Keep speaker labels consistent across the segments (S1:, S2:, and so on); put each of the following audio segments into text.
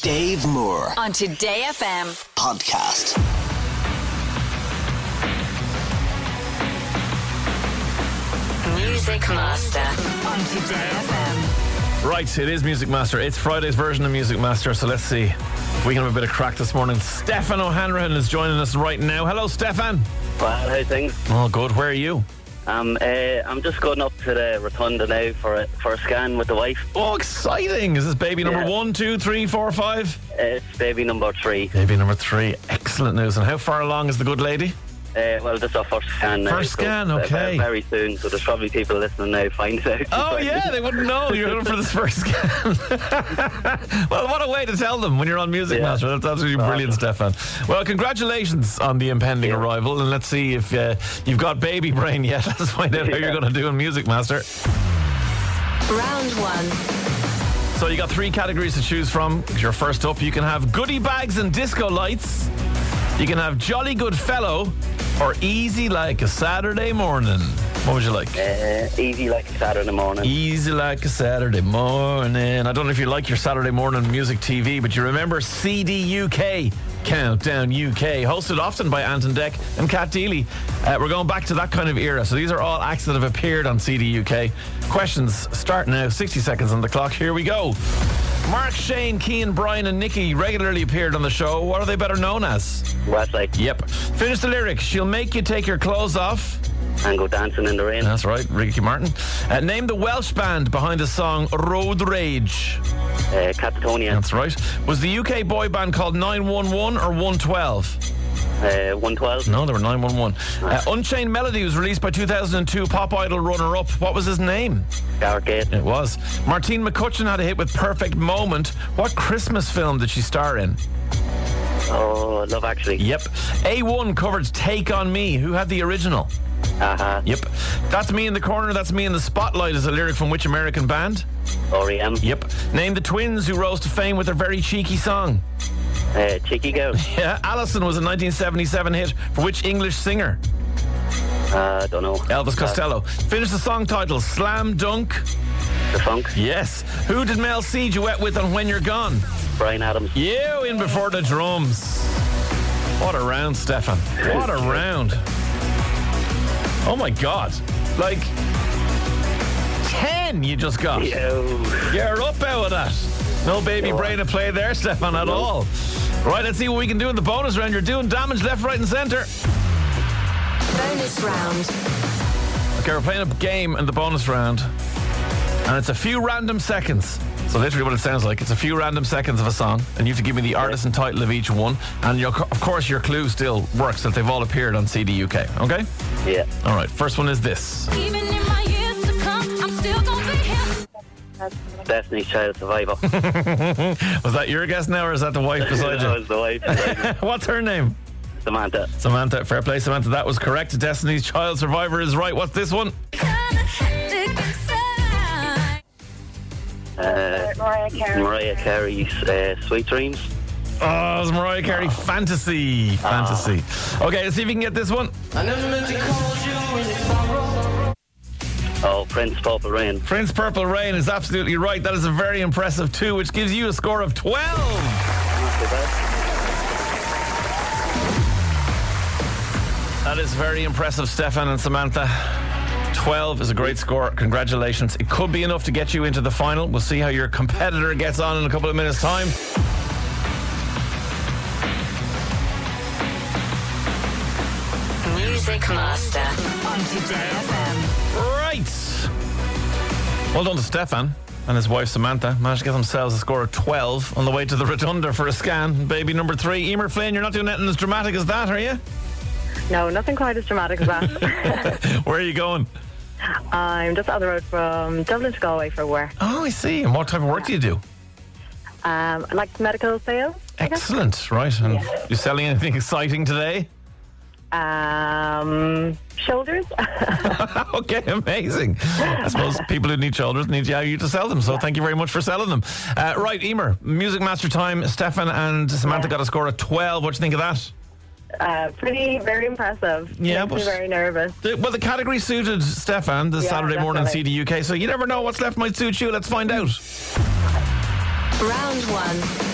S1: Dave Moore
S2: on Today FM.
S1: podcast.
S2: Music Master on Today FM.
S3: Right, it is Music Master. It's Friday's version of Music Master, so let's see if we can have a bit of crack this morning. Stefan O'Hanrahan is joining us right now. Hello, Stefan.
S4: Well, how things?
S3: Oh, good. Where are you?
S4: Um, uh, I'm just going up to the rotunda now for a, for a scan with the wife.
S3: Oh, exciting. Is this baby number
S4: Yeah.
S3: one, two, three, four, five?
S4: Uh, It's baby number three.
S3: Baby number three. Excellent news. And how far along is the good lady?
S4: Uh, well, just our first scan now.
S3: First
S4: so,
S3: scan,
S4: uh,
S3: okay.
S4: very soon, so there's probably people listening now find out.
S3: Oh, yeah, they wouldn't know. You're in for this first scan. well, what a way to tell them when you're on Music
S4: Yeah.
S3: Master. That's absolutely brilliant, Stefan. Well, congratulations on the impending arrival, and let's see if uh, you've got baby brain yet. Let's find out how you're
S4: Yeah.
S3: going to do in Music Master.
S2: Round one.
S3: So you got three categories to choose from. You're first up. You can have goodie bags and disco lights. You can have jolly good fellow, or easy like a Saturday morning. What would you like?
S4: Uh, easy like a Saturday morning.
S3: Easy like a Saturday morning. I don't know if you like your Saturday morning music TV, but you remember CD UK, Countdown UK, hosted often by Anton Deck and Kat Deely. Uh, we're going back to that kind of era. So these are all acts that have appeared on CD UK. Questions start now, 60 seconds on the clock. Here we go. Mark, Shane, Keane, Brian, and Nikki regularly appeared on the show. What are they better known as?
S4: Westlake
S3: Yep. Finish the lyric. She'll make you take your clothes off.
S4: and go dancing in the rain.
S3: That's right, Ricky Martin. Uh, name the Welsh band behind the song Road Rage.
S4: Uh, Catatonia,
S3: That's right. Was the UK boy band called 911 or 112?
S4: uh, 112.
S3: No, they were 911. Uh, Unchained Melody was released by 2002 Pop Idol runner up. What was his name?
S4: Garrett Gate.
S3: It was. Martine McCutcheon had a hit with Perfect Moment. What Christmas film did she star in?
S4: Oh, Love Actually.
S3: Yep. A1 covered Take On Me. Who had the original?
S4: Uh-huh.
S3: Yep. That's Me in the Corner, That's Me in the Spotlight is a lyric from which American band?
S4: R.E.M.
S3: Yep. Name the twins who rose to fame with their very cheeky song.
S4: Uh, Cheeky Girl.
S3: Yeah, Allison was a 1977 hit for which English singer?
S4: Uh, don't know.
S3: Elvis
S4: Uh,
S3: Costello. Finish the song title, Slam Dunk.
S4: The Funk.
S3: Yes. Who did Mel C duet with on When You're Gone?
S4: Brian Adams.
S3: You in before the drums. What a round, Stefan. What a round. Oh my God. Like, 10 you just got.
S4: Yo.
S3: You're up out of that. No baby
S4: You're
S3: brain to play there, Stefan, at
S4: No.
S3: all. Right, let's see what we can do in the bonus round. You're doing damage left, right, and centre.
S2: Bonus round.
S3: Okay, we're playing a game in the bonus round, and it's a few random seconds. So literally, what it sounds like, it's a few random seconds of a song, and you have to give me the artist and title of each one. And your, of course, your clue still works that they've all appeared on CD UK. Okay,
S4: Yeah.
S3: all right. First one is this.
S5: Even in my years to come, I'm still gonna be here.
S4: Destiny's Child Survivor.
S3: Was that your guess now, or is that the wife beside
S4: That
S3: you?
S4: was the wife.
S3: What's her name?
S4: Samantha.
S3: Samantha. Fair play, Samantha. That was correct. Destiny's Child Survivor is right. What's this one?
S5: Kinda hectic inside.
S4: Uh,
S6: Mariah Carey.
S4: Mariah Carey's uh, Sweet Dreams.
S3: Oh, it was Mariah Carey. Fantasy. Fantasy. Okay, let's see if you can get this one.
S4: Oh, Prince Purple Rain.
S3: Prince Purple Rain is absolutely right. That is a very impressive two, which gives you a score of 12.
S4: Not too bad.
S3: That is very impressive, Stefan and Samantha. 12 is a great score. Congratulations. It could be enough to get you into the final. We'll see how your competitor gets on in a couple of minutes' time.
S2: Music Master on Today FM.
S3: Right. Well done to Stefan and his wife Samantha. Managed to get themselves a score of 12 on the way to the Rotunda for a scan. Baby number three, Emer Flynn, you're not doing anything as dramatic as that, are you?
S6: No, nothing quite as dramatic as that.
S3: Where are you going?
S6: I'm just on the road from Dublin to Galway for work.
S3: Oh, I see. And what type of work do you do?
S6: Um, I like medical sales. I guess.
S3: Excellent, right? And you selling anything exciting today?
S6: Um, shoulders.
S3: okay, amazing. I suppose people who need shoulders need you you to sell them. So thank you very much for selling them. Uh, right, Emer, Music Master time. Stefan and Samantha got a score of twelve. What do you think of that?
S6: uh, pretty, very impressive.
S3: Yeah,
S6: Makes me
S3: but-
S6: very nervous.
S3: The- well, the category suited Stefan the
S6: Yeah,
S3: Saturday morning
S6: definitely.
S3: CD UK. So you never know what's left might suit you. Let's find out.
S2: Round one.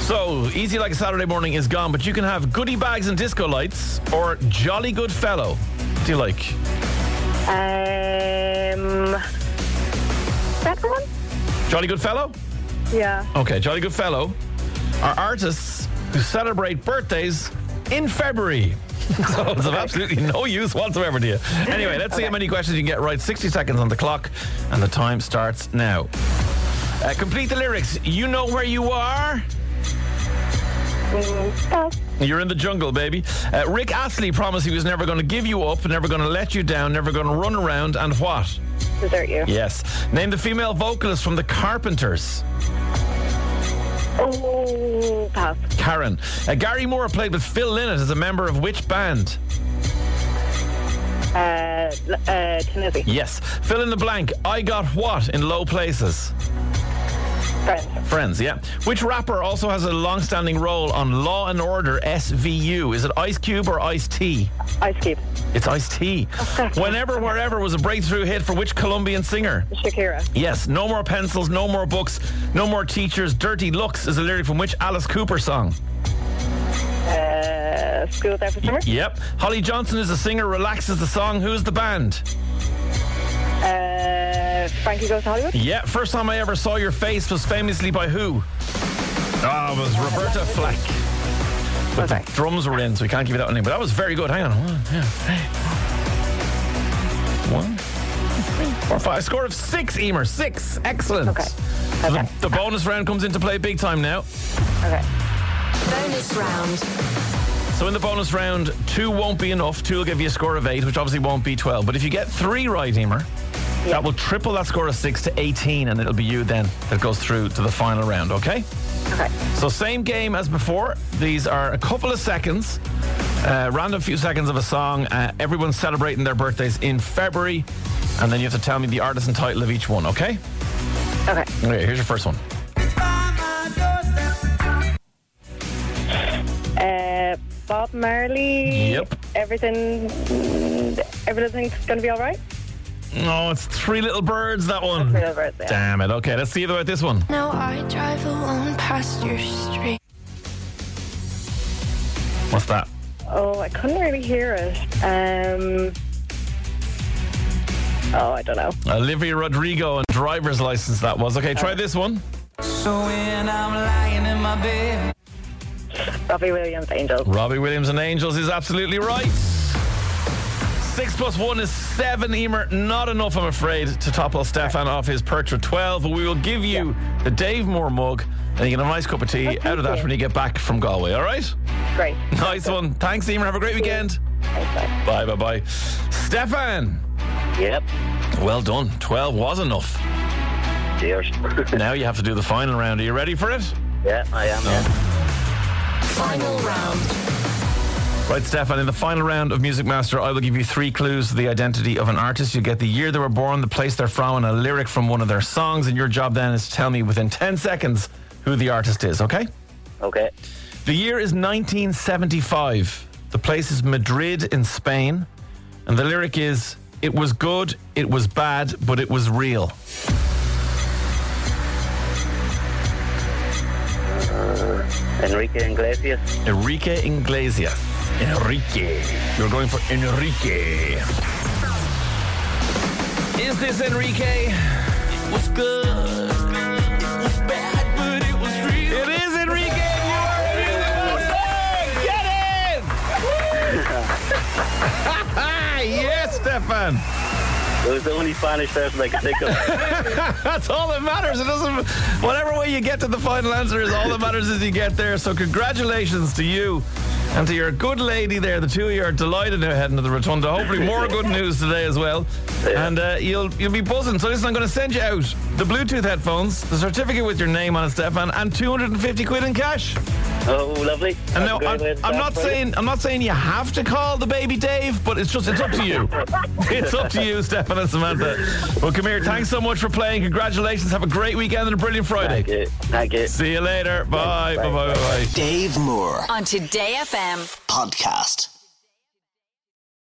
S3: So, Easy Like a Saturday Morning is gone, but you can have goodie bags and disco lights or Jolly Good Fellow. Do you like?
S6: Um, second one?
S3: Jolly Good Fellow?
S6: Yeah.
S3: Okay, Jolly Good Fellow are artists who celebrate birthdays in February. so it's of absolutely no use whatsoever to you. Anyway, let's see how many questions you can get right. 60 seconds on the clock, and the time starts now. Uh, complete the lyrics. You know where you are. You're in the jungle, baby. Uh, Rick Astley promised he was never going to give you up, never going to let you down, never going to run around, and what?
S6: Desert you.
S3: Yes. Name the female vocalist from The Carpenters.
S6: Oh, pass.
S3: Karen. Uh, Gary Moore played with Phil Lynott as a member of which band?
S6: Uh, l- uh, Tennessee.
S3: Yes. Fill in the blank. I got what in low places?
S6: Friends.
S3: Friends, yeah. Which rapper also has a long standing role on Law and Order SVU? Is it Ice Cube or Ice T?
S6: Ice Cube.
S3: It's Ice T. Whenever, Wherever was a breakthrough hit for which Colombian singer?
S6: Shakira.
S3: Yes. No more pencils, no more books, no more teachers. Dirty Looks is a lyric from which Alice Cooper song?
S6: Uh, school there for summer.
S3: Yep. Holly Johnson is a singer, relaxes the song. Who's the band?
S6: Uh, Frankie Goes to Hollywood.
S3: Yeah, first time I ever saw your face was famously by who? Ah, it was Roberta Flack. But the drums were in, so we can't give you that one. in, But that was very good. Hang on. One, two, three. One, three, four, five. A score of six, Emer. Six. Excellent.
S6: Okay.
S3: So the- the bonus round comes into play big time now. Mm.
S6: Okay.
S2: Bonus round.
S3: So in the bonus round, two won't be enough. Two will give you a score of eight, which obviously won't be 12. But if you get three right, Emer, that will triple that score of six to 18, and it'll be you then that goes through to the final round, okay?
S6: Okay.
S3: So same game as before. These are a couple of seconds, uh, random few seconds of a song. Uh, everyone's celebrating their birthdays in February, and then you have to tell me the artist and title of each one. Okay?
S6: Okay.
S3: Okay. Here's your first one.
S6: Uh, Bob Marley.
S3: Yep.
S6: Everything. Everything's gonna be all right.
S3: No, Oh, it's Three Little Birds. That one.
S6: Three Little Birds, yeah.
S3: Damn it. Okay, let's see about this one.
S1: Now I drive alone past your street.
S3: What's that?
S6: Oh, I couldn't really hear it. Um. Oh, I don't know.
S3: Olivia Rodrigo and driver's license. That was okay. Try this one.
S7: So when I'm lying in my bed,
S6: Robbie Williams, Angels.
S3: Robbie Williams and Angels is absolutely right. Six plus one is seven, Emer. Not enough, I'm afraid, to topple Stefan off his perch with 12. But we will give you the Dave Moore mug, and you get a nice cup of tea out of that
S6: you.
S3: when you get back from Galway, all right?
S6: Great.
S3: Nice one. Thanks, Emer. Have a great weekend.
S6: Thanks, bye.
S3: Bye, bye, bye. Stefan,
S4: Yep.
S3: well done. 12 was enough.
S4: Cheers.
S3: Now you have to do the final round. Are you ready for it?
S4: yeah, I am. Yeah.
S2: Final round.
S3: Right, Stefan, in the final round of Music Master, I will give you three clues to the identity of an artist. You get the year they were born, the place they're from, and a lyric from one of their songs. And your job then is to tell me within 10 seconds who the artist is, okay?
S4: Okay.
S3: The year is 1975. The place is Madrid in Spain. And the lyric is It was good, it was bad, but it was real.
S4: Enrique Iglesias.
S3: Enrique Iglesias. Enrique. You're going for Enrique. Is this Enrique?
S7: what's good? It was bad, but it was real.
S3: It is Enrique. You are a music master. Get it! yes, Stefan.
S4: It was the only Spanish person I could think of.
S3: That's all that matters. It doesn't. Whatever way you get to the final answer is all that matters is you get there. So congratulations to you. And to your good lady there, the two of you are delighted now heading to the rotunda. Hopefully, more good news today as well. And uh, you'll you'll be buzzing. So listen, I'm going to send you out the Bluetooth headphones, the certificate with your name on it, Stefan, and 250 quid in cash.
S4: Oh, lovely.
S3: And
S4: That's a
S3: no,
S4: great
S3: I'm,
S4: way to
S3: I'm
S4: start
S3: not
S4: for you.
S3: saying I'm not saying you have to call the baby Dave, but it's just it's up to you. it's up to you, Stefan and Samantha. Well, come here. Thanks so much for playing. Congratulations. Have a great weekend and a brilliant Friday.
S4: Thank you. Thank you.
S3: See you later. Bye. Bye. Bye. Bye. Bye.
S8: Dave Moore
S2: On Today FM.
S8: podcast.